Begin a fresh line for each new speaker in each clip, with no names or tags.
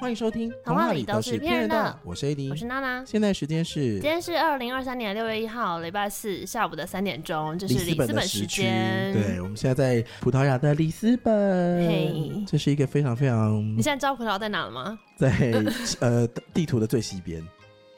欢迎收听《
童话里都是骗人的》，
我是 AD，
我是娜娜。
现在时间是
今天是二零二三年六月一号，礼拜四下午的三点钟，这是
里
里
斯
斯
本的
本
时
时
区。
间。
对，我们现在在葡萄牙的里斯本
嘿，
这是一个非常非常
你现在知道葡萄在哪了吗？
在 呃地图的最西边，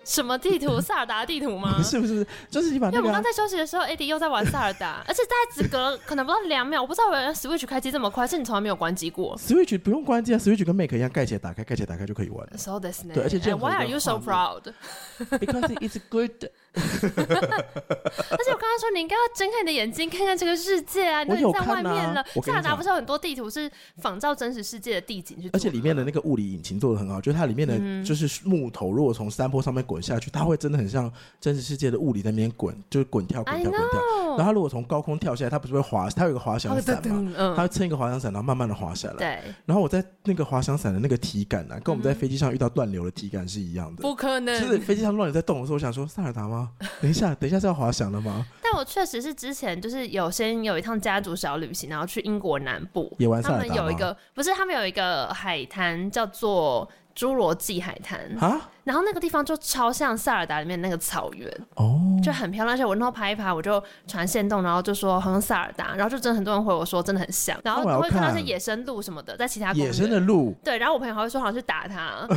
什么地 图？萨尔达地图吗
不？ 是不是不是，就是你把
因
那
为我们
个啊
刚才休息的时候，AD 又在玩萨尔达， 而且大概只隔了可能不到两秒，我不知道原来 Switch 开机这么快，是你从来没有关机过。
Switch 不用关机啊，Switch 跟 Make 一样，盖起来打开，盖起来打开就可以 玩了。
So this 呢？
对而且这样
And Why are you so
很多画
proud？
Because it's good，
而且我刚刚说你应该要睁开你的眼睛看看这个世界啊，你
我
都已经
有
在
看
外面
啊
了
我。跟
萨
你
尔达
讲
不是有很多地图是仿照真实世界的地景去做的吗，
而且里面的那个物理引擎做的很好，就是它里面的就是木头，如果从山坡上面滚下去，它会真的很像真实世界的物理在那边滚，就是滚跳滚
I
跳滚跳。
know，
然后它如果从高空跳下来，它不是会滑，它有一个滑翔伞嘛，
嗯
它会撑一个滑翔伞，然后慢慢的滑下来。
对，
然后我在那个滑翔伞的那个体感啊，跟我们在飞机上遇到断流的体感是一样的。
不可
就是
能。
飞机上乱流在动的时候，我想说萨尔达吗？等一下，等一下是要滑翔了吗？
但我确实是之前就是有先有一趟家族小旅行，然后去英国南部，
也玩
他
萨尔达
们
吗？
有一个不是他们有一个海滩叫做侏罗纪海滩，
啊
然后那个地方就超像塞尔达里面那个草原，
哦，
就很漂亮。而且我那时候拍一拍，我就传线动，然后就说很像塞尔达，然后就真的很多人回我说真的很像，然后
那我要
会看到一些
看
野生鹿什么的，在其他公
野生的
园。
鹿
对，然后我朋友还会说好像去 打它，
啊，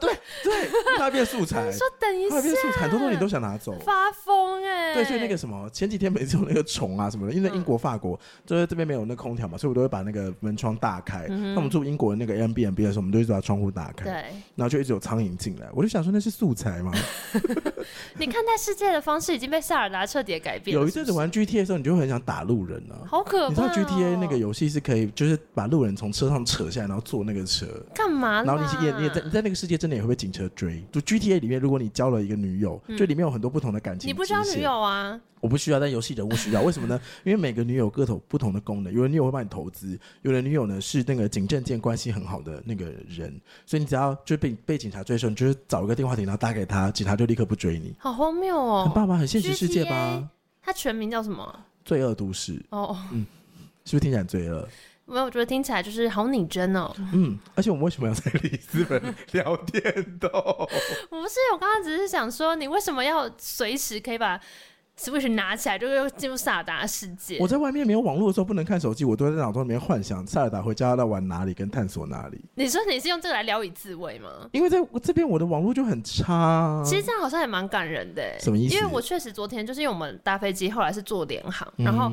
对对，它会变素材，
说等一
它会变
下，
素材，很多东西你都想拿走。
发疯哎、
对，所以那个什么，前几天每次有那个虫啊什么的，因
嗯
为在英国、法国就是这边没有那空调嘛，所以我都会把那个门窗大开。那、我们住英国的那个 Airbnb 的时候，我们就一直把窗户打开，
嗯对。
然后就一直有苍蝇进来，我就想说那是素材 吗？
你看待世界的方式已经被塞尔达彻底改变了。
有一阵子玩 GTA 的时候，你就会很想打路人啊。
好可怕、哦！
你知道 GTA 那个游戏是可以，就是把路人从车上扯下来，然后坐那个车，
干嘛啦？
然后你是也你也在你在那个世界真的也会被警车追。就 GTA 里面，如果你交了一个女友，就里面有很多不同的感情。
嗯你不需要女，友啊？
我不需要，但游戏人物需要。为什么 呢？因为每个女友各有不同的功能，有的女友会帮你投资，有的女友呢是那个警政间关系很好的那个人，所以你只要就被被警察追的时候，你就是找一个电话亭，然后打给他，警察就立刻不追你。
好荒谬
很
哦！
棒吧？很现实世界吧？
它全名叫什么？
罪恶都市
哦，
是不是听起来很罪 恶？
没有，我觉得听起来就是好拟真哦。
嗯，而且我们为什么要在里斯本聊天 斗？
我不是，我刚刚只是想说，你为什么要随时可以把 Switch 拿起来，就又进入萨尔达的世界
我？在外面没有网络的时候不能看手机，我都会在脑中里面幻想塞尔达回家要玩哪里跟探索哪里，
你说你是用这个来聊以自慰吗？
因为在我这边我的网络就很差啊。
其实这样好像也蛮感人的欸，
什么意思
因为我确实昨天就是因为我们搭飞机，后来是坐联航，然
嗯
后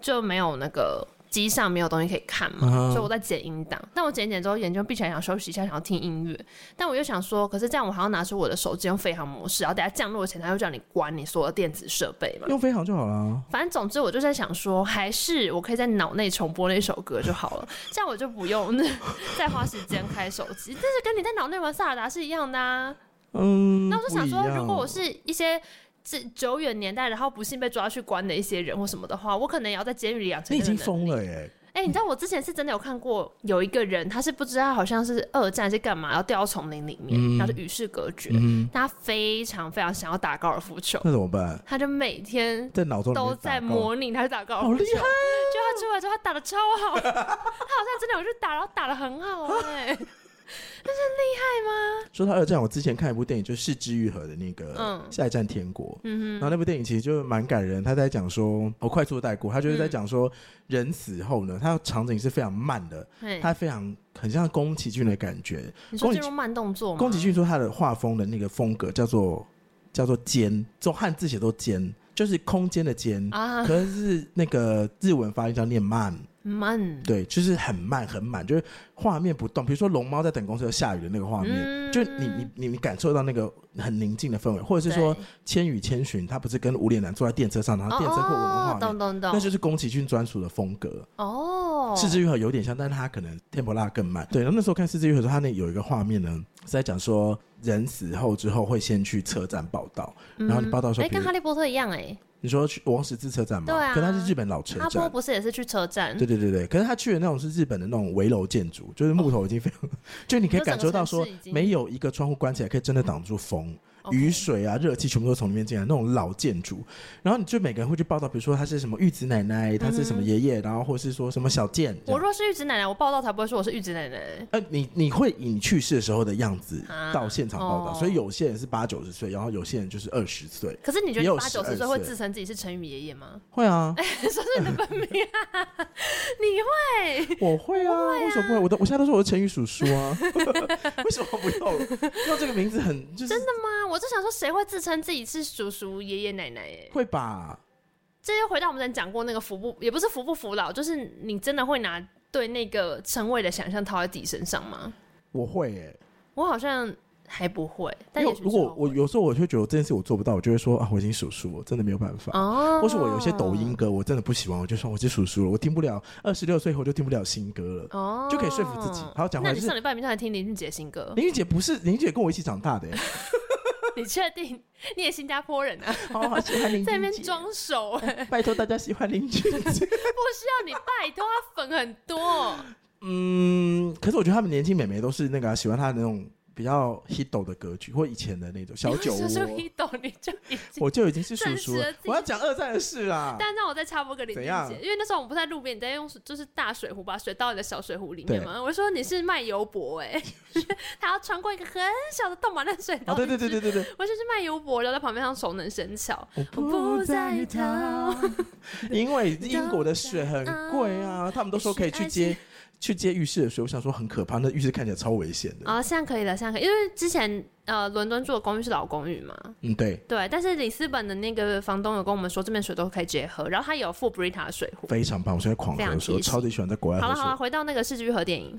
就没有那个机上没有东西可以看嘛，
嗯
所以我在剪音档。但我剪一剪之后，眼睛闭起来想休息一下，想要听音乐，但我又想说，可是这样我还要拿出我的手机用飞行模式，然后等下降落前他又叫你关你所有电子设备嘛。
用飞航就好了。
反正总之，我就在想说，还是我可以在脑内重播那首歌就好了，这样我就不用 再花时间开手机。但是跟你在脑内玩萨尔达是一样的啊。
嗯，
那我就想
不
说
一，样
如果我是一些这久远年代，然后不幸被抓去关的一些人或什么的话，我可能也要在监狱里养成
你已
这个
经
能力。
疯了耶！
哎、你知道我之前是真的有看过有一个人，他是不知道好像是二战还是干嘛，要掉到丛林里面，然后就与世隔绝。
嗯，
他非常非常想要打高尔夫球，
那怎么办？
他就每天
在脑中里面
都
打
在
勾
模拟他去打高尔
好
夫球。
厉害！哦
就他出来之后，他打的超好，他好像真的有去打，然后打的很好哎、
说到二战，我之前看一部电影，就是《是之愈合》的那个《
嗯
下一站天国》。然后那部电影其实就蛮感人，他在讲说，我快速带过，他就是在讲说，人死后呢，他的场景是非常慢的，
嘿
他非常很像宫崎骏的感觉。
哎你
宫
说
崎
进入慢动作吗？
宫崎骏说他的画风的那个风格叫做叫做间，这种汉字写作间，就是空间的间，
啊，
可是那个日文发音叫念慢。
慢，
对，就是很慢很慢，就是画面不动。比如说龙猫在等公车下雨的那个画面，
嗯
就你你你你感受到那个很宁静的氛围，或者是说《
对
千与千寻》，它不是跟无脸男坐在电车上，然后电车过文
哦
文画
懂
面，
懂懂，
那就是宫崎骏专属的风格。
哦，
四之愈合有点像，但是它可能 tempo 拉更慢。对，然后那时候看四之愈合的时候，它那有一个画面呢，是在讲说人死后之后会先去车站报道，然后你报道的时
哎、
候，比如
跟哈利波特一样哎、
你说去王十字车站嘛，
对啊
可它是日本老车
阿
站
波。不是也是去车站？
对对对对，可是他去的那种是日本的那种围楼建 筑，就是木头已经非常，就你可以感受到说
就整个城市已，经
没有一个窗户关起来可以真的挡住风，雨水啊、热气全部都从里面进来，那种老建筑。然后你就每个人会去报道，比如说他是什么玉子奶奶，他是什么爷爷，然后或是说什么小健。这
我
样
若是玉子奶奶，我报道才不会说我是玉子奶奶。
呃，你你会以你去世的时候的样子
啊
到现场报道，
哦
所以有些人是八九十岁，然后有些人就是二十岁，
可是你觉
也
得
有
八九十
12
岁会
岁
自称自己是陈宇爷爷吗？
会啊，
说是你的本名啊，你会？
我会啊，为什么不会？我都我现在都说我是陈宇叔叔啊， 为什么不用？用这个名字很就是
真的吗？我就想说，谁会自称自己是叔叔、爷爷、奶奶？哎，
会吧？
这就回到我们之前讲过那个服不，也不是服不服老，就是你真的会拿对那个称谓的想象套在自己身上吗？
我会耶、
我好像还不会，但
因
也
为
许
如
之
果
后
我
会
有时候我就会觉得这件事我做不到，我就会说啊，我已经数数，我真的没有办法。
哦，
或是我有些抖音歌我真的不喜欢，我就说我是数数了，我听不了，二十六岁以后就听不了新歌了。
哦，
就可以说服自己好讲回
那
来
你
就是
上礼拜明天还听林俊杰新歌，
林俊杰不是林俊杰跟我一起长大的、欸，
你确定你也新加坡人啊？
好哦好喜欢林
在
俊
那边
杰，
装熟，不需
拜托大家喜欢林俊 杰。
要你拜托，他粉很多。
嗯，可是我觉得他们年轻美眉都是那个啊、喜欢他的那种比较 hit 的格局，或以前的那种小 酒
叔叔
窝，
一懂你就已经。
我就已经是 叔叔
证实了
了
自。己
我要讲二啊战的事啦。
但让我再插播个林俊
怎样
杰，因为那时候我们不在路边，你在用就是大水壶把水倒你的小水壶里面
对
嘛。我说你是卖油博哎、 他要穿过一个很小的洞把那水倒
哦，
进
对
去。
对对对对对，
我就是卖油博，留在旁边上熟能生巧。
我
不在
他，因为英国的水很贵啊，他们都说可以去接去接浴室的水，我想说很可怕，那浴室看起来超危险的。
啊、现在可以了，现在可以，因为之前呃伦敦住的公寓是老公寓嘛，
嗯，对，
对，但是里斯本的那个房东有跟我们说，这边水都可以直接喝，然后他有附 Brita 水壶。
非常棒，我现在狂
非常
喝水，我
贴心
超级喜欢在国外
好
啊喝
了好
水
了，。回到那个市区和电影，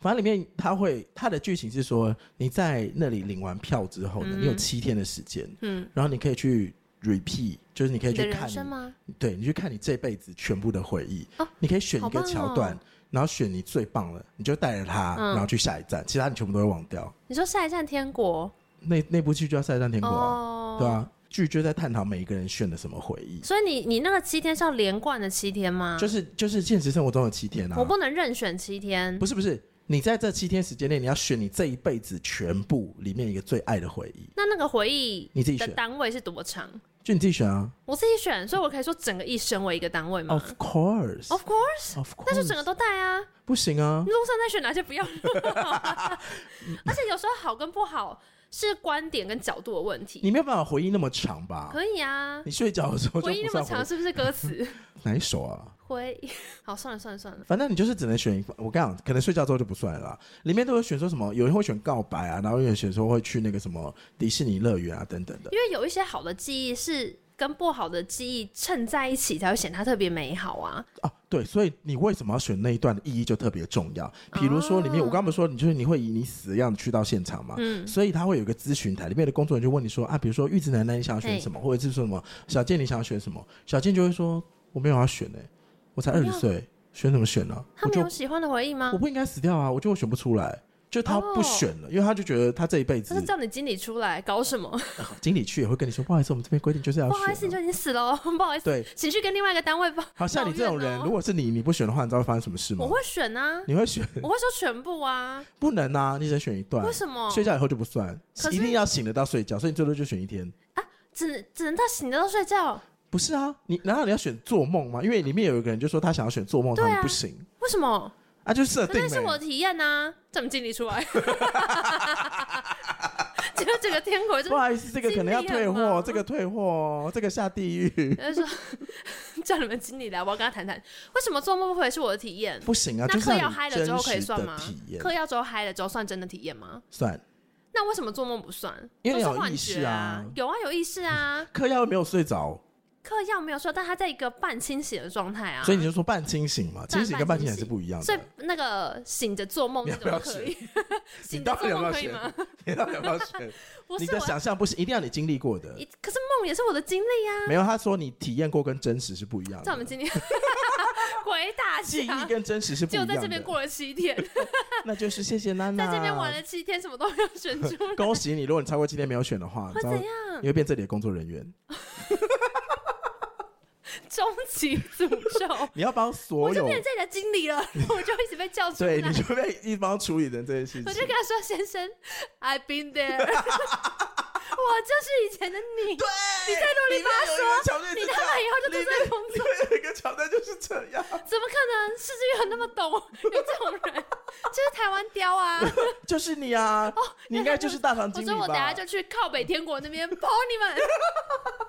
反正里面他会他的剧情是说，你在那里领完票之后呢，
嗯
你有七天的时间，
嗯，
然后你可以去 repeat，就是你可以
你的
去
人
看
生吗？
对你去看你这辈子全部的回忆，
哦
你可以选一个
好棒哦
桥段，然后选你最棒的，你就带着它，
嗯
然后去下一站，其他你全部都会忘掉。
你说下一站天国
那那部剧就叫《下一站天国》啊，
哦嗯
对啊，剧就在探讨每一个人选的什么回忆，
所以你你那个七天是要连贯的七天吗？
就是就是现实生活中的七天啊
我，不能任选七天
不是不是，你在这七天时间内，你要选你这一辈子全部里面一个最爱的回忆，
那那个回忆
你自己
的啊
选，
单位是多长？
就你自己选啊。
我自己选，所以我可以说整个一生为一个单位吗
Of course,
Of course，
of course，
嗯哦那就整个都带啊。
不行啊，
路上再选哪 些不要 录啊，而且有时候好跟不好是观点跟角度的问 题。
你没有办法回忆那么长吧？
可以啊，
你睡觉的时候就
回忆
不
那
算
么
回
长
忆，
是不是歌词？
哪一首啊？
回忆， 好，算了算了算了。
反正你就是只能选一个。我跟你讲，可能睡觉之后就不算了啦。里面都有选说什么，有人会选告白啊，然后有人选说会去那个什么迪士尼乐园啊等等的。
因为有一些好的记忆是跟不好的记忆衬在一起，才会显它特别美好啊。
啊，对，所以你为什么要选那一段的意义就特别重要。比如说里面，
哦
我刚刚不是说你就是你会以你死的样子去到现场嘛，
嗯
所以他会有一个咨询台，里面的工作人员就问你说啊，比如说玉子奶奶你想要选什么，或者是说什么小健你想要选什么，小健就会说我没有要选哎、我才
没
二
有
十岁，选什么选呢、
哦他
我
没
就
有喜欢的回忆吗
我？不应该死掉啊，我觉得我选不出来。就他
哦
不选了，因为他就觉得他这一辈
他
子
是叫你经理出来搞什么？
经理去也会跟你说，不好意思，我们这边规定就是要
不
选、
好意思，你就已经死了哦， 不好意思，
对，
请去跟另外一个单位吧。
好像你这种
抱
人，
怨哦
如果是你，你不选的话，你知道会发生什么事吗
我？会选啊，
你会选？
我会说全部啊，
不能啊，你只能选一段
为。什么？
睡觉以后就不算，
嗯可是
一定要醒得到睡觉，所以你最多就选一天。
只能只能到醒着到睡觉，
不是啊，你难道你要选做梦吗？因为里面有一个人就说他想要选做梦，
对啊
他们不行
为什么？
啊，就设
可
定
那是我
了。
的体验啊呐、怎么经理出 来？ 结果整个天国就
不好意思，这个可能要退
经理很
货，
忙
这个退货，这个下地狱，
他就说 叫你们经理来，我要跟他谈谈，为什么做梦不回是我的体验？
不行啊，
那
就是
嗑
要
药
你
嗨了
真
之后可以
实
算
的
吗
体？验
嗑药之后嗨了之后算真的体验吗？
算。
那为什么做梦不算？
因为
都
你
是
有
幻
意识
觉
啊
有啊有意识啊。
嗑药又没有睡着，
嗑药没有说，但他在一个半清醒的状态啊，
所以你就说半清醒嘛，清醒跟半清醒还是不一样
所以
的。
那个醒着做梦
你
那
要不要
种可以， 醒
你
着
到底
做
要不
梦
要
可以
选
吗？？
你到底要不要选？
不
你
是
的
我
想象不行，一定要你经历过的。
一可是梦也是我的经历啊。
没有，他说你体验过跟真实是不一样
在我们
的，
今天鬼打
记忆
墙，
跟真实是不一
就
样
在
的。
这边过了七天，
那就是谢谢娜娜，
在这边玩了七天，什么都没有选 出来，
恭喜你，如果你超过今天没有选的话，你
会
知
怎
道
样？
你会变这里的工作人员，，
终极诅咒
你要帮
我
所
就
有
变成这里的经理 了，我就一直被叫出来
对，。你就被一帮处理人这件事
我就
情
跟。他说：“先生，I've been there，我就是以前的你，
对，
你再努力
里面
把它
有一
说
个桥段是
你
这
他妈
样
以后就都
里
在
面
工作，
里面有一个桥段就是这 样，
怎么可能？世之有那么懂 有这种人，就是台湾雕啊！
就是你啊，
哦
你应该就是大堂
我
经理
说我等下
吧？
就去靠北天国那边跑你们， 但是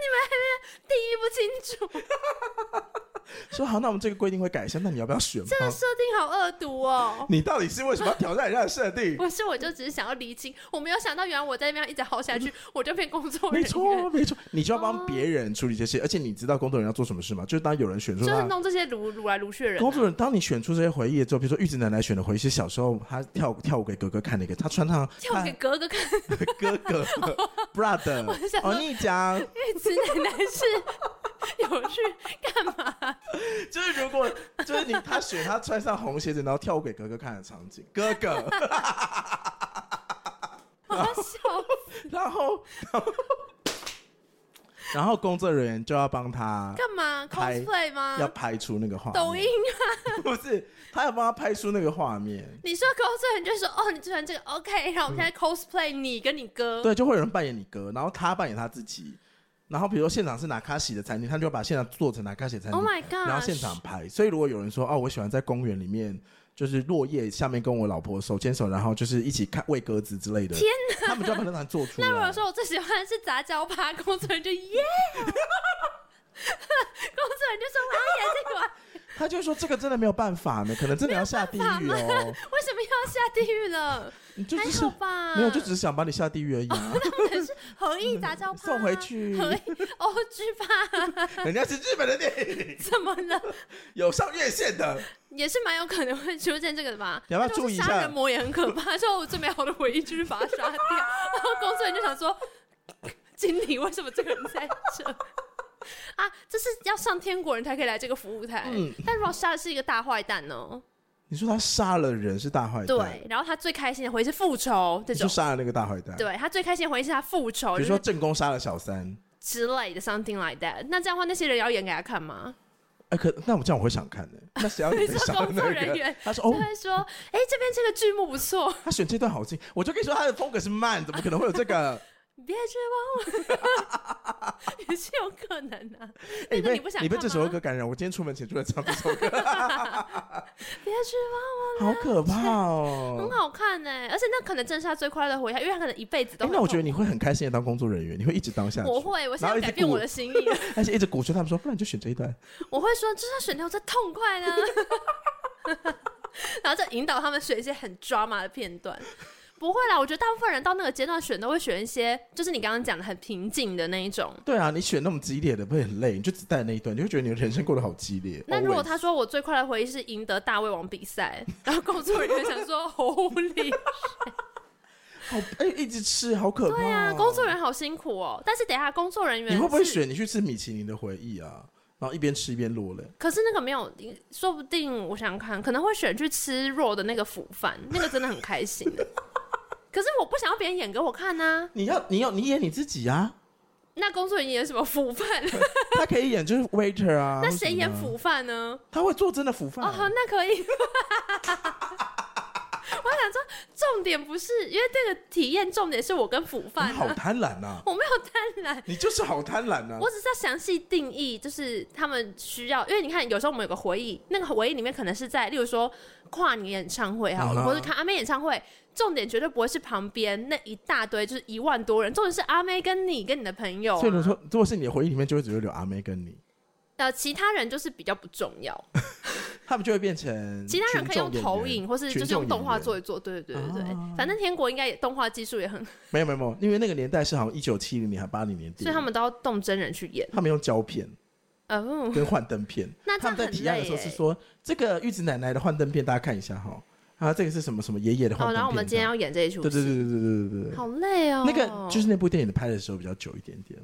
你们还没定义不清楚，
说好，那我们这个规定会改一下，那你要不要选
这个
吗？
设定好恶毒哦。
你到底是为什么要挑战人家的设定？
不是，我就只是想要厘清，我没有想到原来我在那边一直耗下 去，我就变工作
没
人员，
错，没错，你就要
哦
帮别人处理这些，而且你知道工作人员要做什么事吗？就是当有人选出
就是
他。
弄这些撸撸来撸去的人、
工作
啊。
人员，当你选出这些回忆之后，比如说玉子奶奶选的回忆是小时候她跳跳舞给哥哥看的一个，她穿上
跳给格格看，
哥哥 brother
我想说
哦，你讲，
玉子奶奶是有去干嘛？
就是如果就是你他选他穿上红鞋子，然后跳舞给哥哥看的场景，哥 哥，
我要笑哦
然后然后然后工作人员就要帮他
干嘛
拍
？cosplay 吗？
要拍出那个画面，
抖音啊！
不是他要帮他拍出那个画面，
你说 cosplay，你就说哦，你喜欢这个 OK，然后我们现在 cosplay 你跟你哥，
嗯对，就会有人扮演你哥，然后他扮演他自己。然后，比如说现场是拿卡西的餐厅，他就把现场做成拿卡西的餐厅
Oh my gosh
然后现场拍。所以如果有人说哦，我喜欢在公园里面，就是落叶下面跟我老婆手牵手，然后就是一起看喂鸽子之类的，天哪，他们就要把那张做出来。
那如果说我最喜欢的是杂交趴，工作人员就耶， 工作人员就说我要演这个啊，
他就会说这个真的没有办法呢，可能真的要下地狱哦。
为什么要下地狱了？
你 就只
还
是
好吧？
没有，就只是想把你下地狱而已 啊。
合意杂交
嗯
趴
送回去
合意 OG 趴，
人家是日本的电影，
哦怎么了？
有上院线的。
也是蛮有可能会出现这个的吧？
你要不要
但是
注意一下
杀人魔也很可怕， 说我最美好的回忆就是把他杀掉，然后工作人员就想说， 经理为什么这个人在这？ 啊，这是要上天国人才可以来这个服务台。
嗯
但如果杀的是一个大坏蛋呢？
你说他杀了人是大坏蛋，
对，然后他最开心的回忆是复仇这
你说
种，
杀了那个大坏蛋，
对他最开心的回忆是他复
比
仇，哦就
如说
是
正宫杀了小三，
之类的 something like that。那这样的话，那些人也要演给他看吗？
哎，可那我这样我会想看的。 那谁要你
你说
杀
工
那
作人员
个？他说
就
哦，
会说，哎、这边这个剧目不错，
他选这段好近，我就跟你说他的风格是慢，怎么可能会有这个？
别绝望我，也 是有可能啊。
哎
那个
被
你不想
你被
看
这首
吗
歌感染，我今天出门前就在 唱这首歌，
别绝望
好可怕
我，很
哦。
好看呢、而且那可能正是他最快乐的回忆，因为他可能一辈子都
哎，
会
那
痛。
我觉得你会很开心的当工作人员，你会一直当下去。
我会，我现
然后
在
一直
改变
鼓
我的心 意了，
而且一直鼓吹他们说，不然你就选这一段。
我会说，就是要选条最痛快的、啊， 然后再引导他们选一些很 drama 的片段。不会啦，我觉得大部分人到那个阶段选都会选一些，就是你刚刚讲的很平静的那一种。
对啊，你选那么激烈的会很累，你就只带那一段，你会觉得你的人生过得好激烈。
那如果
Always
他说我最快乐的回忆是赢得大胃王比赛， 然后工作人员想说 Holy，
好哎、一直吃好可怕、哦
对啊，工作人员好辛苦哦。但是等一下工作人员
你会不会
是？
选你去吃米其林的回忆啊？然后一边吃一边落泪。
可是那个没有，说不定我想想看，可能会选去吃肉的那个腐 饭，那个真的很开心的。可是我不想要别人演给我看呐、
你要你要你演你自己 啊，
那工作人员演什么腐 饭？
他可以演就是 waiter 啊。
那
或
谁
什么
演
的啊？
腐饭呢？
他会做真的腐饭、
哦，那可以。 我想说，重点不是因为这个体验，重点是我跟腐
你
饭、
好
啊，
贪婪呐、
我没有贪婪。
你就是好贪婪啊呐、
我只是要详细定义，就是他们需要，因为你看，有时候我们有个回忆，那个回忆里面可能是在，例如说跨年演唱会好了，
嗯哼
或者看阿妹演唱会，重点绝对不会是旁边那一大堆就是一万多人，重点是阿妹跟你跟你的朋友、
所以我
啊，
说，如果是你的回忆里面，就会只会留阿妹跟你，
呃，其他人就是比较不重要，
他们就会变成
其他人可以用
嗯群众演员
投影或是就是用动画。做一做，对对对对对，
啊
反正天国应该也动画技术也很，
群众演员没有没有没有，因为那个年代是好像一九七零年还八零年底，
所以他们都要动真人去演，
他们用胶片。
呃，嗯
跟幻灯片
。那这
他
样
们在
很
提案的
累
时候是
耶
说，这个玉子奶奶的幻灯片，大家看一下哈。啊，这个是什么什么爷爷的幻
哦，
灯片这样？啊
然后我们今天要演这一出戏，
对对对对对对对对，
好累哦，
那个就是那部电影的拍的时候比较久一点点，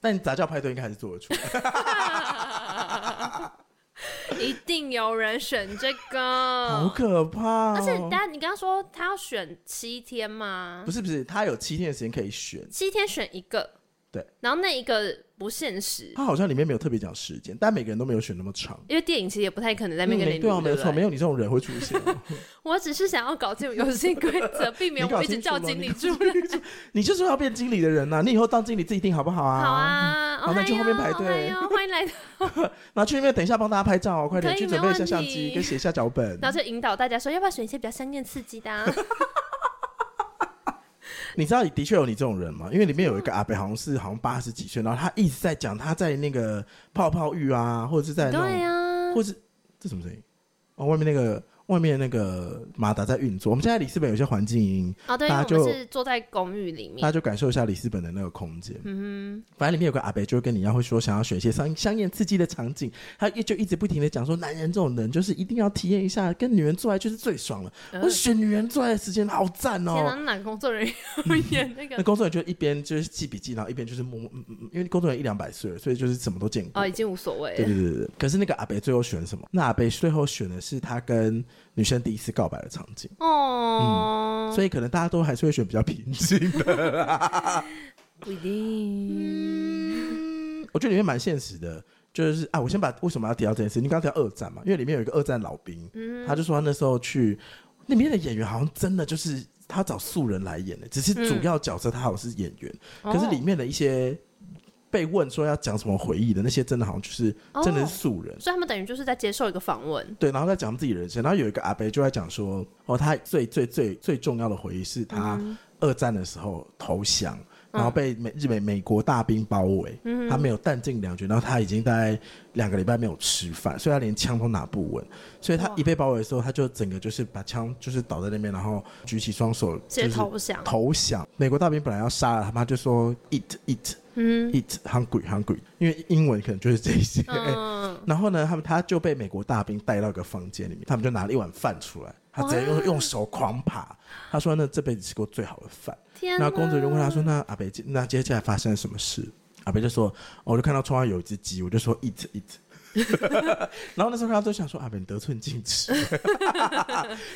但杂交派对应该还是做得出来。
一定有人选这
好
个。
可怕！
嗯
哦
而且，等下你刚刚说他要选七天吗
不？是不是，他有七天的时间可以选，
七天选一个，
对，
然后那一个不现实，
他好像里面没有特别讲时间，但每个人都没有选那么长。
因为电影其实也不太可能在
嗯
那边跟
没
你
对啊，
录
没有错，
不
没有你这种人会出现 哦。
我只是想要搞清楚游戏规 则，避免
你搞
我一直
清楚
叫
吗
经
你
理
搞
出来。
你就是要变经理的人呐、你以后当经理自己定好不好啊？
好。啊，
好那去后面排队
哦嗨哟欢迎来到，
然后去那边等一下帮大家拍照哦，快点
可以
去
没
准备一下
问
相
题
机跟写一下脚本。
然后就引导大家说，要不要选一些比较香艳刺激 的、啊？
你知道的确有你这种人吗？因为里面有一个阿北，好像是好像八十几岁，然后他一直在讲他在那个泡泡浴啊，或者是在那
对
种，
啊，
或是这什么声音？哦，外面那个外面那个马达在运作。我们现在里斯本有些环境音，
哦对，因
大
为
家
我们
就是
坐在公寓里
大家
面，
就感受一下里斯本的那个空间。
嗯
反正里面有个阿北，就会跟你一样会说想要选一些香香艳刺激的场景，他一就一直不停的讲说，男人这种人就是一定要体验一下，跟女人做爱就是最爽了。
哼，
我
呃
选女人做爱的时间好赞
天哪，
哦。
那哪个工作人员演那
那
个？
工作人员就一边就是记笔记，然后一边就是摸摸，嗯嗯嗯，因为工作人员一两百岁了，所以就是什么都见过。
哦，已经无所谓
对
了
对对对对。可是那个阿北最后选什么？那阿北最后选的是他跟女生第一次告白的场景，
哦，
嗯所以可能大家都还是会选比较平静的。
不一定。
我觉得里面蛮现实的，就是啊，我先把为什么要提到这件事？你刚刚提到二战嘛，因为里面有一个二战老兵，
嗯
他就说他那时候去那边的演员好像真的就是他找素人来演的，只是主要角色他好像是演员，
嗯
可
哦
是里面的一些被问说要讲什么回忆的那些，真的好像就是
哦
真的是素人。
所以他们等于就是在接受一个访问，
对，然后再讲自己人生，然后有一个阿伯就在讲说，哦，他最最最最重要的回忆是他二战的时候投降，然后被美日美美国大兵包围，他没有弹尽粮绝，然后他已经大概两个礼拜没有吃饭，所以他连枪都拿不稳，所以他一被包围的时候，他就整个就是把枪就是倒在那边，然后举起双手就是
是 投降。
投降。美国大兵本来要杀了他，他就说 eat eat
嗯
eat hungry hungry，因为英文可能就是这一些。
嗯，
然后呢，他们他就被美国大兵带到一个房间里面，他们就拿了一碗饭出来，他直接用用手狂扒。他说：“那这辈子吃过最好的饭。”
天
然
哪！
后公主就问他说：“那阿北，那接下来发生了什么事？”阿北就说：“哦我就看到窗外有一只鸡，我就说 eat eat。” 然后那时候他就想说：“阿北，你得寸进尺。”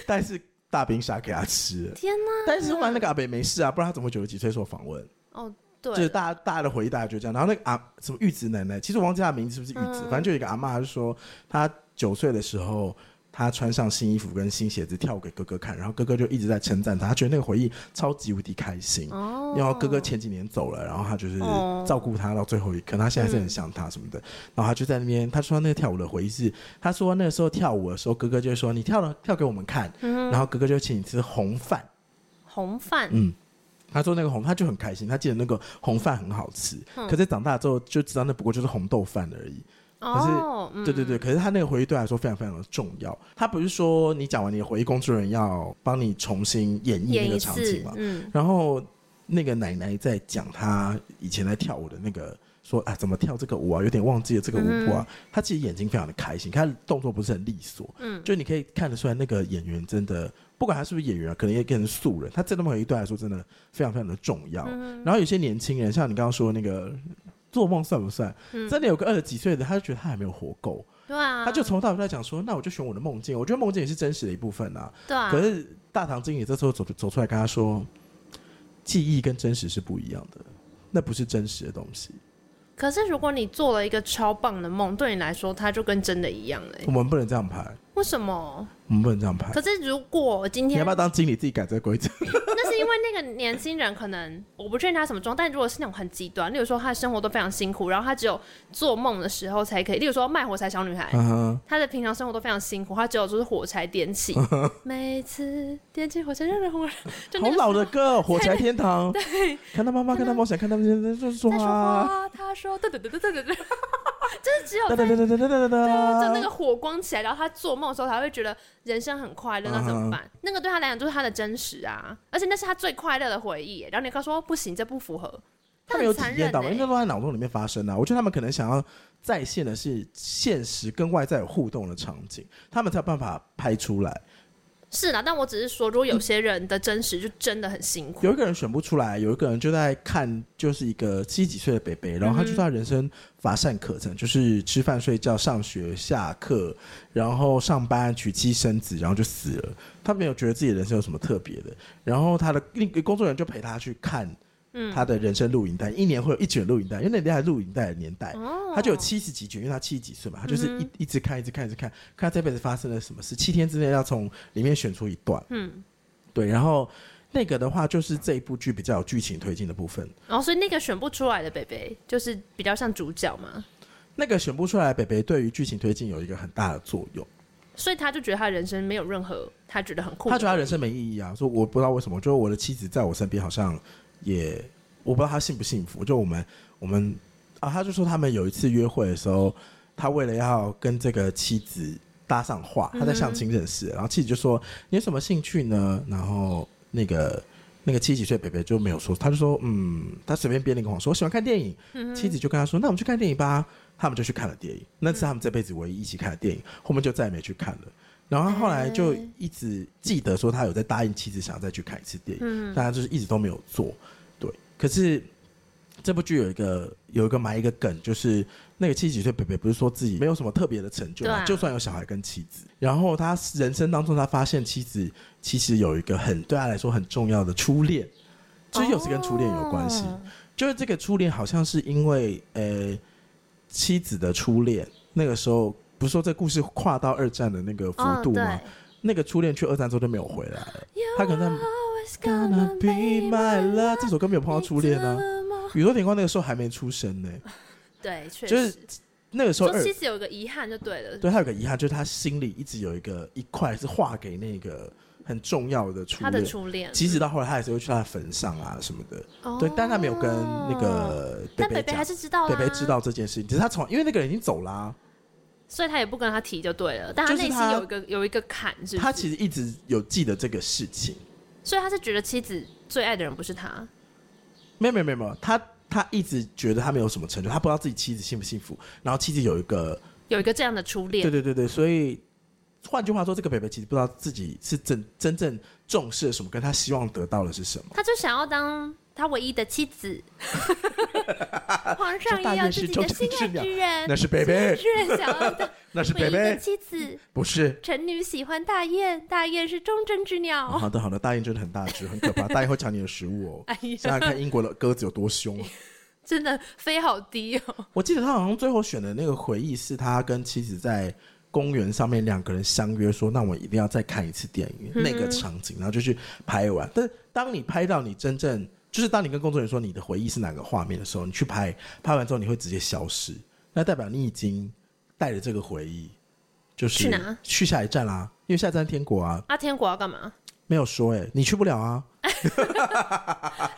但是大兵杀给他吃了。
天哪！
但是后来那个阿北没事啊，不然他怎么会九十几岁受访问？
哦，
就是
对，
大家大家的回答就这样。然后那个阿什么玉子奶奶，其实我忘记她的名字是不是玉子，
嗯
反正就有一个阿嬷她就说，她九岁的时候，她穿上新衣服跟新鞋子跳舞给哥哥看，然后哥哥就一直在称赞她，她觉得那个回忆超级无敌开心。
哦，
然后哥哥前几年走了，然后她就是
哦嗯
照顾她到最后一刻，她现在还是很想她什么的。然后她就在那边，她说那个跳舞的回忆是，她说那个时候跳舞的时候，哥哥就会说你跳了跳给我们看，
嗯
然后哥哥就请你吃红饭，
红饭，
嗯，他做那个红，他就很开心，他记得那个红饭很好吃。
嗯
可是长大之后就知道那不过就是红豆饭而已。
哦，嗯
对对对，，可是他那个回忆对他来说非常非常的重要。他不是说你讲完你的回忆，工作人员要帮你重新演绎
演
那
一
个场
次
景嘛，？
嗯，
然后那个奶奶在讲她以前在跳舞的那个。说啊，怎么跳这个舞啊？有点忘记了这个舞步啊。她其实眼睛非常的开心，她的动作不是很利索，嗯，就你可以看得出来，那个演员真的，不管他是不是演员啊，可能也变成素人，他这段回忆对她来说真的非常非常的重要。然后有些年轻人，像你刚刚说的那个做梦算不算？真的有个二十几岁的，他就觉得他还没有活够，
对啊，
他就从头到尾都在讲说，那我就选我的梦境，我觉得梦境也是真实的一部分啊。
对啊，
可是大堂经理这时候走走出来跟他说，记忆跟真实是不一样的，那不是真实的东西。
可是如果你做了一个超棒的梦，对你来说，它就跟真的一样了耶。
我们不能这样拍，
为什么？
我们不能这样拍。
可是如果今
你要
天
不要当经理自己改这个 规则？
那是因为那个年轻人可能我不确定他什么状态，但如果是那种很极端，例如说他的生活都非常辛苦，然后他只有做梦的时候才可以，例如说卖火柴小女孩。
嗯哼，
她的平常生活都非常辛苦，她只有就是火柴 点起，每次点起火柴热热火，就那
好
个
老的歌， 《火柴天堂》。对，看到妈妈，看到梦想，看到梦想，就是说
在说
啊，
话，他说对对对对对对，就是只有
哒哒哒哒哒哒哒
就那
哒。
个火光起来，然后他做梦的时候才会觉得人生很快乐，那怎
嗯
么办？那个对他来讲就是他的真实啊，而且那是他最快乐的回忆耶。然后你跟他说不行，这不符合，
他们
很
有体
残
验
忍欸
到吧？应该
耶
都在脑洞里面发生啊。我觉得他们可能想要再现的是现实跟外在有互动的场景，他们才有办法拍出来。
是啦，但我只是说，如果有些人的真实就真的很辛苦，
嗯有一个人选不出来，有一个人就在看，就是一个七十几岁的北
嗯
北，然后他就说他人生乏善可陈，就是吃饭、睡觉、上学、下课，然后上班、娶妻生子，然后就死了。他没有觉得自己的人生有什么特别的，然后他的那个工作人员就陪他去看
嗯
他的人生录影带，一年会有一卷录影带，因为那年代还录影带的年代，
哦
他就有七十几卷，因为他七十几岁嘛，他就是
嗯
一、
哼
一直看，一直看，一直看，看他这辈子发生了什么事，七天之内要从里面选出一段，
嗯，
对，然后那个的话就是这一部剧比较有剧情推进的部分，
然哦后所以那个选不出来的北北，就是比较像主角嘛，
那个选不出来，北北对于剧情推进有一个很大的作用，
所以他就觉得他人生没有任何他觉得很酷的，
他觉得他人生没意义啊，说我不知道为什么，就是我的妻子在我身边好像也我不知道她幸不幸福，就我们我们啊，他就说他们有一次约会的时候，他为了要跟这个妻子搭上话，他在相亲认识，然后妻子就说你有什么兴趣呢？然后那个。那个七十几岁的北北就没有说，他就说，嗯，他随便编了一个谎说，我喜欢看电影。妻子就跟他说，那我们去看电影吧。他们就去看了电影，那是他们这辈子唯一一起看的电影，后面就再也没去看了。然后他后来就一直记得说，他有在答应妻子想要再去看一次电影，但他就是一直都没有做。对，可是这部剧有一个有一个埋一个梗，就是那个七十几岁北北不是说自己没有什么特别的成就嘛，
对啊
就算有小孩跟妻子，然后他人生当中他发现妻子其实有一个很对他来说很重要的初恋，其实有时跟初恋有关系，
哦
就是这个初恋好像是因为呃妻子的初恋，那个时候不是说这故事跨到二战的那个幅
哦
度
对
吗？那个初恋去二战之后就没有回来了，他可能在
Always
Gonna be my love 这首歌没有碰到初恋啊。宇多田光那个时候还没出生呢，
对，确
就
实
是，那个时候
说
二
妻子有个遗憾就对了，
对他有个遗憾，就是他心里一直有一个一块是划给那个很重要的初
他的
恋。
初恋，
即使到后来，他还是会去他的坟上啊什么的。
哦
对，但他没有跟那，个北
但北北
讲
还是知道啊啦，
北北知，道这件事情，只是他从因为那个人已经走啊啦、
所以他也不跟他提就对了，但他
就是
内心
他
有一个有一个坎，是不是
他其实一直有记得这个事情。
所以他是觉得妻子最爱的人不是他，
没有没有没有没有，他他一直觉得他没有什么成就，他不知道自己妻子幸不幸福，然后妻子有一个
有一个这样的初恋
对，对对对，所以换句话说，这个北北其实不知道自己是真真正重视了什么，跟他希望得到的是什么。
他就想要当他唯一的 妻子。皇上
这大
也有
院
自
是
己
忠
的
贞
心
之
爱
娘
之人，
嗯那是北北，
之人想要当
那是
唯
北
一的
北，
妻子。
不是。
臣女喜欢大雁，大雁是忠贞之
哦
鸟。
好的好的，大雁真的很大只，很可怕，大雁会抢你的食 物哦。
哎
想想
呀，
看英国的鸽子有多凶啊！
真的飞好低哦。
我记得他好像最后选的那个回忆是他跟妻子在公园上面两个人相约说，那我一定要再看一次电
嗯
影、那个场景，然后就去拍完。但是当你拍到你真正就是当你跟工作人员说你的回忆是哪个画面的时候，你去拍，拍完之后你会直接消失，那代表你已经带着这个回忆，就是
去哪
去下一站啦、因为下一站天国啊，
阿天国要干嘛？
没有说哎、你去不了啊，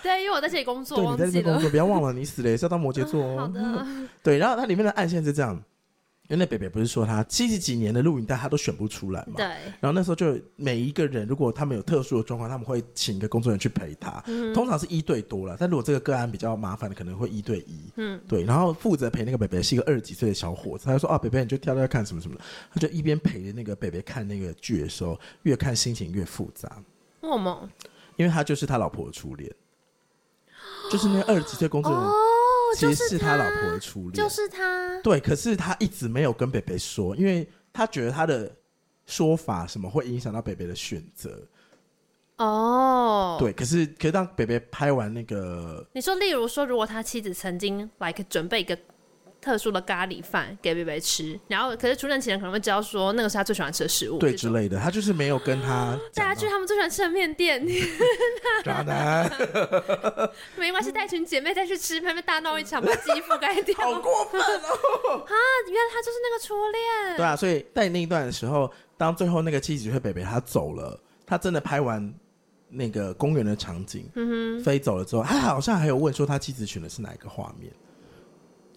对，因为我在这里工作，
对，你
忘
在这
记
边工
了。
作，不要忘了你死了也是要当摩羯座哦。
好的，
对，然后它里面的暗线是这样，因为那北北不是说他七十几年的录影带他都选不出来嘛。
对，
然后那时候就每一个人，如果他们有特殊的状况，他们会请一个工作人员去陪他。
嗯
通常是一对多了，但如果这个个案比较麻烦的，可能会一对一。嗯，对。然后负责陪那个北北是一个二十几岁的小伙子，他就说：“啊，北北，你就跳跳看什么什么的。”他就一边陪着那个北北看那个剧的时候，越看心情越复杂。
莫梦
因为他就是他老婆的初恋，就是那二十几岁工作人员，
哦，
其
就
实是他
他
老婆的初恋，
就是他。
对。可是他一直没有跟北北说，因为他觉得他的说法什么会影响到北北的选择。
哦，
对，可是可是当北北拍完那个，
你说，例如说，如果他妻子曾经 like 准备一个特殊的咖喱饭给贝贝吃，然后可是出任其人可能会知道说那个是他最喜欢吃的食物，
对
这
之
种。
类的，他就是没有跟他
带他
讲
去他们最喜欢吃的面店，
到 渣男，
没关系，带群姐妹再去吃，他们大闹一场，把肌肤改掉。
好
啊，
过分哦！
原来他就是那个初 恋。
对啊，所以在那一段的时候，当最后那个七十岁北北他走了，他真的拍完那个公园的场景，
嗯
飞走了之后，他好像还有问说他妻子选的是哪一个画面，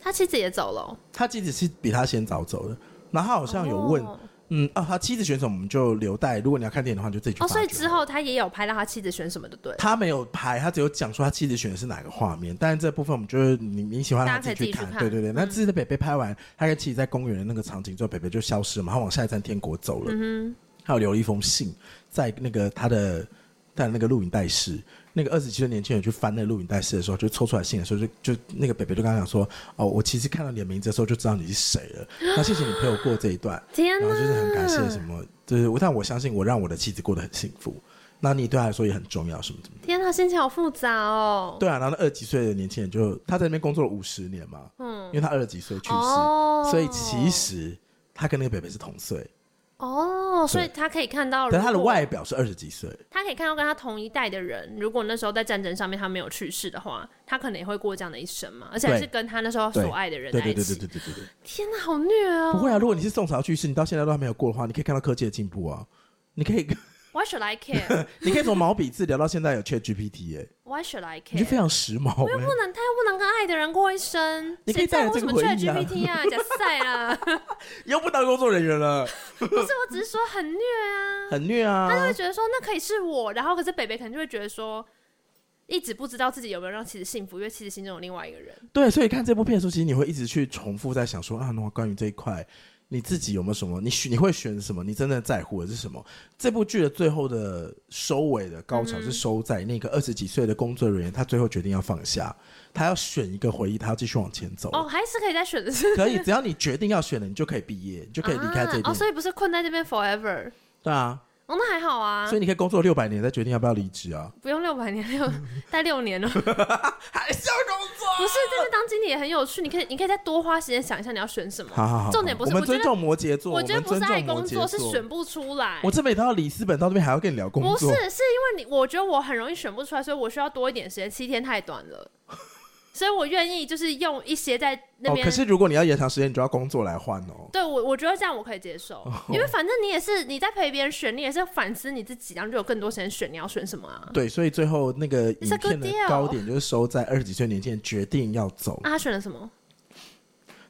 他妻子也走了哦，
他妻子是比他先早走的，然后他好像有问，
哦
嗯啊，他妻子选什么我们就留待，如果你要看电影的话，你就自己去发
哦，
掘。
所以之后他也有拍到他妻子选什么的，对了，
他没有拍，他只有讲说他妻子选的是哪个画面，但是这部分我们就是你你喜欢
大
他
家可以
自己去
自
看，
己去看嗯
对对对。那自己的北北拍完，他跟妻子在公园的那个场景之后，北北就消失了嘛，他往下一站天国走了。
嗯
他有留了一封信在那个他的在那个录影带室，那个二十几岁的年轻人去翻那个录影带室的时候，就抽出来信的时候，就就那个北北就跟他讲说，哦，我其实看到你的名字的时候就知道你是谁了，那谢谢你陪我过这一段。
天
然后就是很感谢
哪！
什么，就是我，但我相信我让我的妻子过得很幸福。那你对他来说也很重要，什么什么。
天啊，心情好复杂哦。
对啊，然后那二十几岁的年轻人就他在那边工作了五十年嘛，
嗯
因，为他二十几岁去世，
哦
所以其实他跟那个北北是同岁，
哦，所以他可以看到，
但他的，外表是二十几岁。
他可以看到跟他同一代的人，如果那时候在战争上面他没有去世的话，他可能也会过这样的一生嘛，而且还
对
是跟他那时候所爱的人
对
在
对
一
对对
起。
对对对对，
天哪，好虐哦！
不会啊！如果你是宋朝去世，你到现在都还没有过的话，你可以看到科技的进步啊。你可以，
Why should I care?
你可以从毛笔字聊到现在有 Chat GPT 耶、
Why should I
你就非
care?
常时髦、
我又
欸
不。能，他又不能跟爱的人过一生，
你可
谁
以
在
带着
乎什
这
么
个
Chat
回忆啊
GPT 啊？假赛 啦！
又不当工作人员了，
不是，我只是说很虐啊。
很虐啊！
他就会觉得说那可以是我，然后可是北北可能就会觉得说，一直不知道自己有没有让妻子幸福，因为妻子心中有另外一个人。
对，所以看这部片的时候，其实你会一直去重复在想说啊，那关于这一块，你自己有没有什么？你选你会选什么？你真的在乎的是什么？这部剧的最后的收尾的高
嗯
潮是收在那个二十几岁的工作人员，他最后决定要放下，他要选一个回忆，他要继续往前走。
哦，还是可以再选的是
可以，只要你决定要选了，你就可以毕业，你就可以离开这
啊。哦，
边。
所以不是困在这边 forever。
对啊，
哦，那还好啊
所，以你可以工作六百年，再决定要不要离职啊。
不用六百 年，六待六年了。
还是要工作？
不是，但是当经理也很有趣，你可以，你可以再多花时间想一下你要选什么。
好好好，
重点不是
我
我
们
觉得
尊重摩羯座，
我觉得
们
不
尊
是
重
爱
摩
工
羯座
作，是选不出来。
我这每到里斯本到这边还要跟你聊工
不是，
作，
是因为你，我觉得我很容易选不出来，所以我需要多一点时间。七天太短 了，所以我愿意就是用一些在那
哦，
边。
可是如果你要延长时间，你就要工作来换哦。
对我，我觉得这样我可以接受，因为反正你也是你在陪别人选，你也是反思你自己，然后就有更多时间选你要选什么啊。
对，所以最后那个影
It's a good
片的
deal
高点就是收在二十几岁年轻人决定要走，
啊，他选了什么？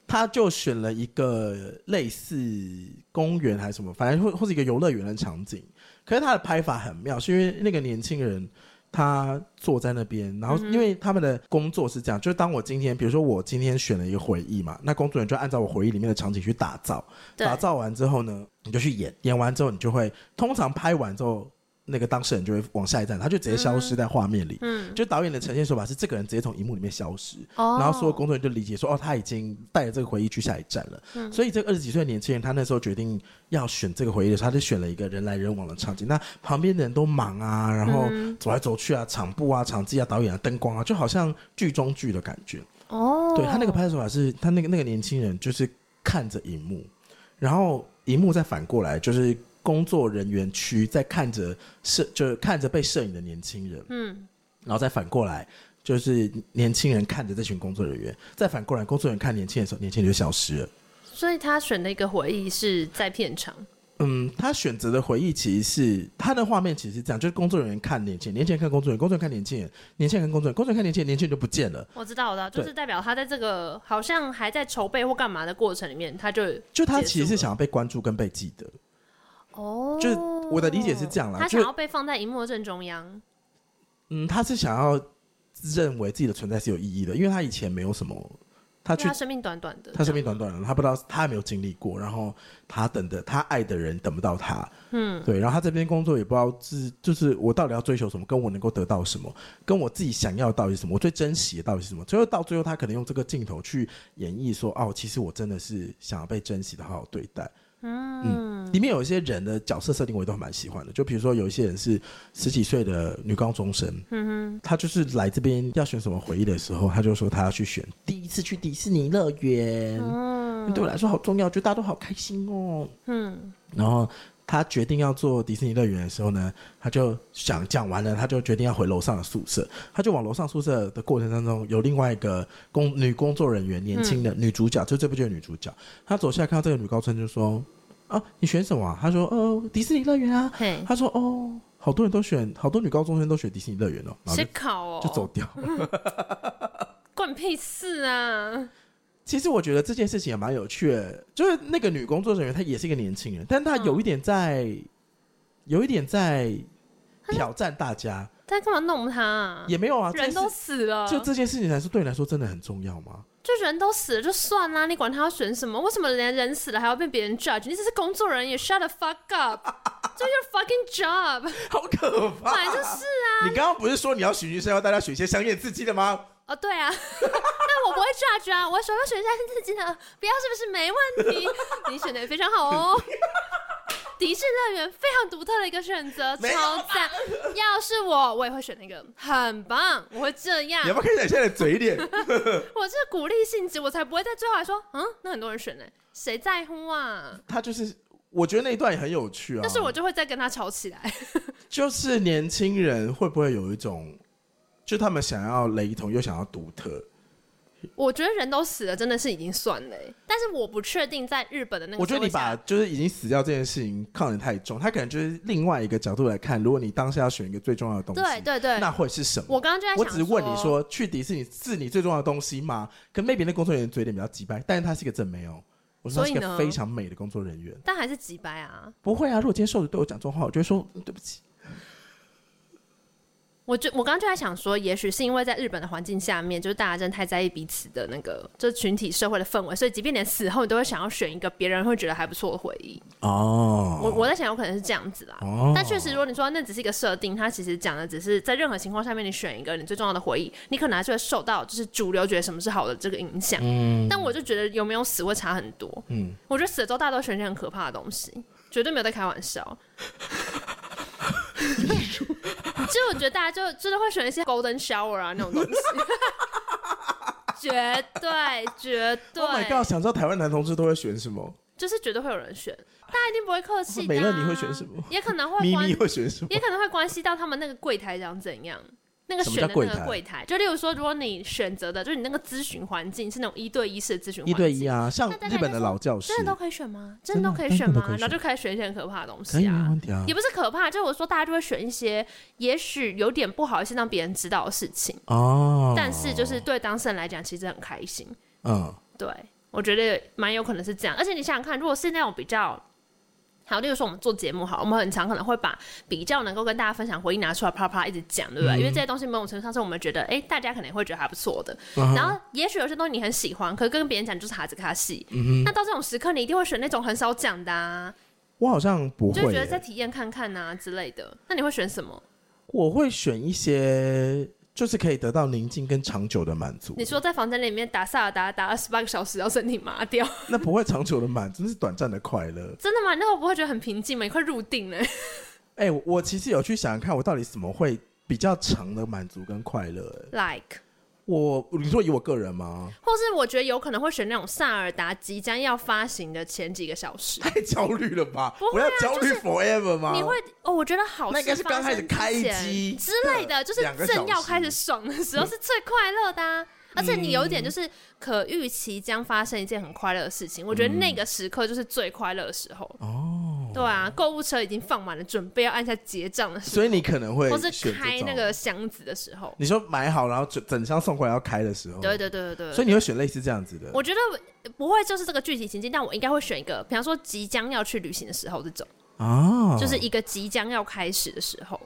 他就选了一个类似公园还是什么，反正或或是一个游乐园的场景。可是他的拍法很妙，是因为那个年轻人他坐在那边，
嗯
然后因为他们的工作是这样，就是当我今天，比如说我今天选了一个回忆嘛，那工作人员就按照我回忆里面的场景去打造，
对
打造完之后呢，你就去演，演完之后你就会，通常拍完之后，那个当事人就会往下一站，他就直接消失在画面里。
嗯，
就导演的呈现手法是，这个人直接从荧幕里面消失，
哦，
然后所有工作人员就理解说，哦，他已经带着这个回忆去下一站了。所以这个二十几岁的年轻人，他那时候决定要选这个回忆的时候，他就选了一个人来人往的场景。那旁边的人都忙啊，然后走来走去啊，场布啊、场记啊、导演啊、灯光啊，就好像剧中剧的感觉。
哦，
对他那个拍摄手法是，他那个那个年轻人就是看着荧幕，然后荧幕再反过来，就是工作人员区在看着摄，就是看着被摄影的年轻人，
嗯，
然后再反过来，就是年轻人看着这群工作人员，再反过来，工作人员看年轻人的时候，年轻人就消失了。
所以他选的一个回忆是在片场，
嗯，他选择的回忆其实是他的画面，其实是这样，就是工作人员看年轻人，年轻人看工作人员，工作人员看年轻人，年轻人看工作人员，工作人员看年轻人，年轻人就不见了。
我知道的，就
对
是代表他在这个好像还在筹备或干嘛的过程里面，他就
就他其实
结
是
束了
想要被关注跟被记得，
哦，
就是我的理解是这样啦
他
就
想要被放在荧幕的正中央，
嗯，他是想要认为自己的存在是有意义的，因为他以前没有什么，他
因为
去
他生命短短的，
他生命短短的，他不知道他还没有经历过，然后他等的他爱的人等不到他，嗯，对，然后他这边工作也不知道是就是我到底要追求什么，跟我能够得到什么，跟我自己想要的到底是什么，我最珍惜的到底是什么，最后到最后他可能用这个镜头去演绎说，哦，其实我真的是想要被珍惜的好好对待。嗯，里面有一些人的角色设定我也都蛮喜欢的，就比如说有一些人是十几岁的女高中生，他就是来这边要选什么回忆的时候，他就说他要去选第一次去迪士尼乐园，对我来说好重要，觉得大家都好开心哦。
嗯，
然后他决定要做迪士尼乐园的时候呢，他就想讲完了，他就决定要回楼上的宿舍，他就往楼上宿舍的过程当中，有另外一个工女工作人员，年轻的女主角，就这部剧的女主角，她走下来看到这个女高中生就说：“啊，你选什么、啊？”她说：“哦，迪士尼乐园啊。”
嘿，
她说：“哦，好多人都选，好多女高中生都选迪士尼乐园哦。”然后就
谁考哦，
就走，掉。
关你屁事啊！
其实我觉得这件事情也蛮有趣的，就是那个女工作人员她也是一个年轻人，但她有一点在，有一点在挑战大家，
他干嘛弄他、啊？
也没有啊，
人
这
都
件事
死了，
就这件事情来说，对你来说真的很重要 吗？
就人都死了就算啦，你管他要选什么？为什么连人死了还要被别人 judge？你只是工作人员，shut the fuck up，这就是 fucking job，
好可怕！
本来就是啊。
你刚刚不是说你要选医生，要大家选一些香艳刺激的吗？
哦，对啊， 但我不会 judge 啊，我会说要选一下自己的，不要是不是没问题？你选的也非常好哦。的迪士乐园非常独特的一个选择，
没有
超赞！要是我，我也会选那个，很棒，我会这样
你要。不要看一下你现在的嘴 脸？
我是鼓励性质，我才不会在最后还说，嗯，那很多人选呢、谁在乎啊？
他就是，我觉得那一段也很有趣啊。
但是我就会再跟他吵起来。
就是年轻人会不会有一种，就他们想要雷同又想要独特？
我觉得人都死了，真的是已经算了欸、但是我不确定在日本的那个
我觉
社
得
会
你把
下，
就是已经死掉这件事情看得太重，他可能就是另外一个角度来看。如果你当下要选一个最重要的东西，
对对对，
那会是什么？
我刚刚就在
我
想，
只是问你，说，去迪士尼是你最重要的东西吗？可 maybe 那工作人员嘴脸比较急掰，但是他是一个正妹哦。我说他是一
所以
个
呢
非常美的工作人员。
但还是几百啊？
不会啊，如果今天瘦子对我讲这种话，我就会说、嗯对不起。
我就我刚刚就在想说，也许是因为在日本的环境下面，就是大家真的太在意彼此的那个，就是群体社会的氛围，所以即便连死后，你都会想要选一个别人会觉得还不错的回忆。
哦
我我在想，有可能是这样子啦。
哦
但确实，如果你说那只是一个设定，它其实讲的只是在任何情况下面，你选一个你最重要的回忆，你可能还是会受到就是主流觉得什么是好的这个影响。但我就觉得有没有死会差很多。
嗯
我觉得死了之后大家都选一些很可怕的东西，绝对没有在开玩笑。 其实我觉得大家就真的会选一些 golden shower 啊那种东西，绝对绝对
，Oh my god！想知道台湾男同志都会选什么？
就是绝对会有人选，大家一定不会客气、啊。
美乐你会选什 么？
也可能会
咪
关
咪会选什么？
也可能会关系到他们那个柜台长怎样。那个
什么
选的
叫柜
那
台
个柜台，就例如说，如果你选择的就是你那个咨询环境是那种一对一式的咨询环
一
境，
对一啊，像
那大家
日本的老教师
真，的都可以选吗？
真的
真的都可以选
真的都
吗
可以？选
然后就开始选一些很可怕的东
可以
西
没
啊，
问题啊
也。不是可怕，就是我说大家就会选一些也许有点不好意思让别人知道的事情，
哦，
但是就是对当事人来讲其实很开心。
嗯，
对，我觉得蛮有可能是这样。而且你想想看，如果是那种比较，好，例如说我们做节目好，我们很常可能会把比较能够跟大家分享回忆拿出来，啪啪一直讲，对不
嗯
对？因为这些东西某种程度上是我们觉得，哎、大家可能会觉得还不错的。
嗯
然后也许有些东西你很喜欢，可是跟别人讲就是哈子卡戏。
嗯
那到这种时刻，你一定会选那种很少讲的啊，
我好像不
你就
会
觉得再
耶，
体验看看啊之类的。那你会选什么？
我会选一些就是可以得到宁静跟长久的满足
你。说在房间里面打萨尔达打二十八个小时，要身体麻掉，
那不会长久的满足，那是短暂的快乐。
真的吗？那我不会觉得很平静吗？你快入定了。
哎、我我其实有去想想看，我到底怎么会比较长的满足跟快乐、哎
like。
我你说以我个人吗？
或是我觉得有可能会选那种萨尔达即将要发行的前几个小时，
太焦虑了吧？
不
我
会
要
啊
焦虑
就是
forever 吗？
你会哦，我觉得好
那应该
事
是
发
刚开始
生之
开机
前之类的，就是
两个小
正要
时嗯
开始爽的时候是最快乐的、啊。而且你有一点就是可预期将发生一件很快乐的事情，我觉得那个时刻就是最快乐的时候。
嗯
哦，对啊，购物车已经放满了，准备要按下结账的时
所以你可能会
候，或是
选这
开那
种
个箱子的时候。
你说买好然后整整箱送过来要开的时候，
对对对对对，
所以你会选类似这样子的。
我觉得我不会就是这个具体情境，但我应该会选一个，比方说即将要去旅行的时候这种，
啊，
就是一个即将要开始的时候，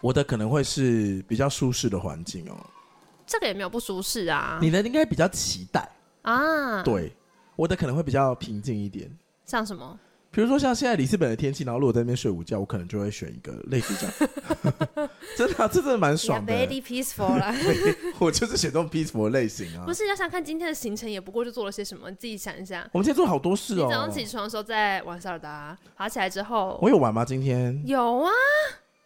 我的可能会是比较舒适的环境哦，
这个也没有不舒适啊
你的应该比较期待，
啊，
嗯 对，我的可能会比较平静一点。
像什么？
比如说像现在里斯本的天气，然后如果在那边睡午觉，我可能就会选一个类似这样， 真的啊、这真的蛮爽
Yeah,
的。嗯
very peaceful 啦。
我就是选这种 peaceful 的类型啊
不。是，要想看今天的行程，也不过就做了些什么，你自己想一下。
我们今天做了好多事
你
哦
早。上起床的时候在玩塞尔达，爬起来之后
我有玩吗？今天？
有啊，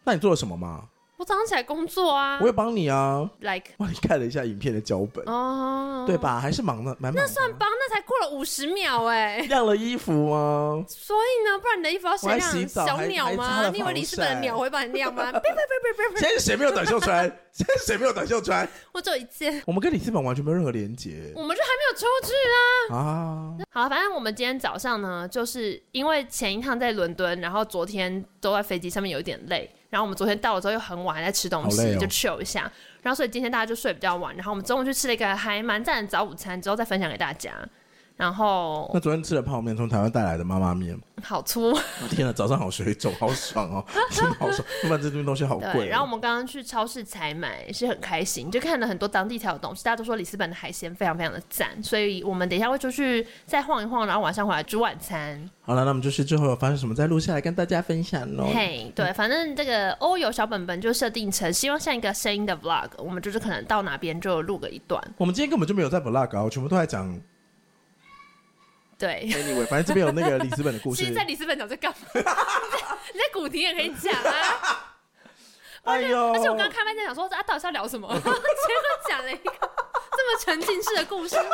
那你做了什么吗？
我早上起来工作啊
我有帮你啊。
，like
我看了一下影片的脚本，
哦，
对？吧？还是忙的，蛮忙的。那算
帮那才过了五十秒哎、
晾了衣服啊吗？
所以呢，不然你的衣服要
我还
谁
洗
晾？
澡
小
还
鸟
还擦了
吗？你以为
防
里斯本
晒
的鸟会帮你晾吗？别别别别别
现在谁没有短袖 穿？现在谁没有短袖穿？
我只有一件，
我们跟里斯本完全没有任何连结
我们就还没有出去啊。
啊！
好了，反正我们今天早上呢，就是因为前一趟在伦敦，然后昨天都在飞机上面有一点累，然后我们昨天到了之后又很晚，还在吃东
好累
西，
哦
就 chill 一下。然后所以今天大家就睡比较晚，然后我们中午去吃了一个还蛮赞的早午餐，之后再分享给大家。然后
那昨天吃了泡面，从台湾带来的妈妈面，
好粗，
天哪，早上好水肿，好爽 哦，真的好爽。不然这边东西好贵
对。
哦。
然后我们刚刚去超市采买，也是很开心，就看了很多当地才有的东西。大家都说里斯本的海鲜非常非常的赞，所以我们等一下会出去再晃一晃，然后晚上回来煮晚餐。
好了，那我们就是最后有发生什么再录下来跟大家分享喽。
嘿，
嗯
对，反正这个欧游小本本就设定成希望像一个声音的 vlog，我们就是可能到哪边就录个一段。
我们今天根本就没有在 vlog 啊，我全部都在讲
对。
Anyway，反正这边有那个里斯本的故
其实，
事
在。里斯本岛在 干嘛？你在你在古亭也可以讲啊。
哎呦，
而且我刚刚看半天想说，啊，到底是要 聊什么？结果讲了一个这么沉浸式的故事。哎、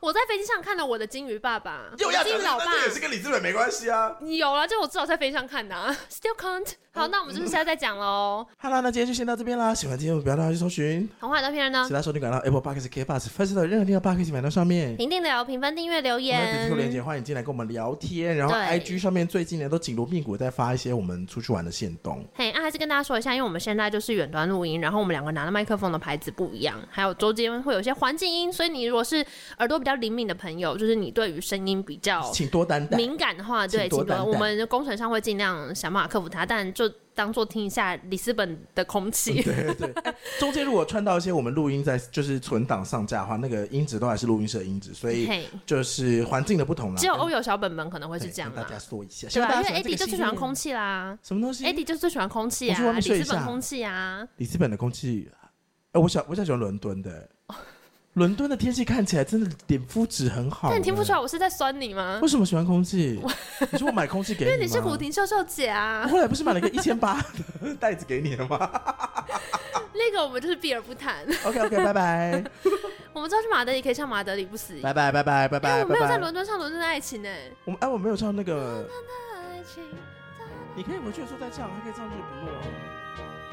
我在飞机上看了我的金鱼爸爸，
又要
金鱼老爸。
这也是跟里斯本没关系啊。
你有了，就我至少在飞机上看的、
嗯
啊、，still can't。好，那我们就是下次再讲喽。
好啦，那今天就先到这边啦。喜欢今天我们不要忘记搜寻
童话的片人呢
其，他收听管道 Apple Podcast、K Bus、First 任何地方 Podcast 买到上面。
评定的有评分、订阅、留
我们的 QQ 连
言。
接，欢迎进来跟我们聊天。然后
对
IG 上面最近呢都紧锣密鼓在发一些我们出去玩的线动。
嘿，啊，还是跟大家说一下，因为我们现在就是远端录音，然后我们两个拿的麦克风的牌子不一样，还有中间会有一些环境音，所以你如果是耳朵比较灵敏的朋友，就是你对于声音比较
请多担待。
敏感的话，对，
请多
请多
担待
我们工程上会尽量想办法克服它，但就当做听一下里斯本的空 气。
对对，哎中间如果串到一些我们录音在就是存档上架的话，那个音质都还是录音室的音质，所以
嘿，
就是环境的不同啦。
只有
跟
欧游小本本可能会是
对
这样
跟
啦
大，家说一下，希
对
望大
吧？
家
因为
喜欢这
AD
个
就最
系
喜欢
列
空气啦
什么东西？
，AD 就最喜欢空气
我去外
啊，
面
里
睡一
斯本
下
空气啊，
里斯本的空气，哎，我想我想喜欢伦敦的，伦敦的天气看起来真的脸肤质很好。
但你听不出
哎
来我是在酸你吗
为？什么喜欢空气？你说我买空气给
因为
你
你是
吗
古亭秀秀姐啊
我，后来不是买了一个一千八的袋子给你了吗
那个我们就是避而不谈。
？OK OK，拜拜，
我们知道去马德里可以唱马德里不死，
拜拜拜拜拜
因为
拜
我没
拜
有在
拜。
伦敦唱伦敦的爱情呢。欸
我们哎，我没有 唱那个，
爱情
你可以回去的时候再唱，还可以唱日不落。
哒